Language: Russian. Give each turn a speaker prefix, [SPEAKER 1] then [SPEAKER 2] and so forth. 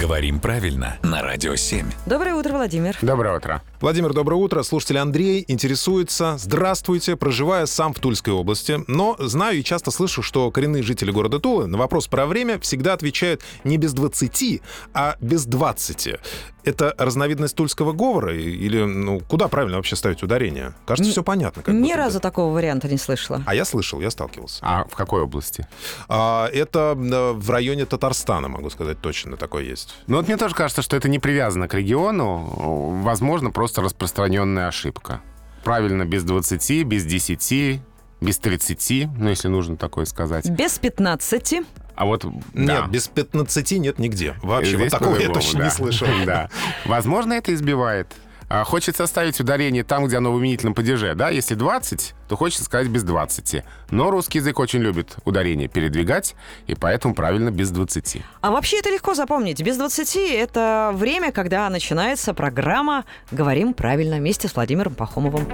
[SPEAKER 1] Говорим правильно на Радио 7.
[SPEAKER 2] Доброе утро, Владимир.
[SPEAKER 3] Доброе утро.
[SPEAKER 4] Владимир, доброе утро. Слушатель Андрей интересуется. Здравствуйте. Проживая сам в Тульской области, но знаю и часто слышу, что коренные жители города Тулы на вопрос про время всегда отвечают не без 20, а без 20. Это разновидность тульского говора? Или ну, куда правильно вообще ставить ударение? Кажется, все понятно. как
[SPEAKER 2] Ни
[SPEAKER 4] будто бы.
[SPEAKER 2] разу такого варианта не слышала.
[SPEAKER 4] А я слышал, я сталкивался.
[SPEAKER 3] А в какой области?
[SPEAKER 4] А, это э, в районе Татарстана, могу сказать точно, такое есть.
[SPEAKER 3] Ну вот мне тоже кажется, что это не привязано к региону. Возможно, просто распространенная ошибка. Правильно, без 20, без 10, без 30, ну если нужно такое сказать.
[SPEAKER 2] Без 15.
[SPEAKER 3] А вот... да.
[SPEAKER 4] Нет, без 15 нет нигде. Вообще, вот
[SPEAKER 3] Здесь
[SPEAKER 4] такого я
[SPEAKER 3] по-другому,
[SPEAKER 4] точно
[SPEAKER 3] да.
[SPEAKER 4] не слышал.
[SPEAKER 3] Да. Возможно, это избивает. А, Хочется ставить ударение там, где оно в именительном падеже. Да, если 20, то хочется сказать без 20. Но русский язык очень любит ударение передвигать, и поэтому правильно без 20.
[SPEAKER 2] А вообще это легко запомнить. Без 20 это время, когда начинается программа «Говорим правильно» вместе с Владимиром Пахомовым.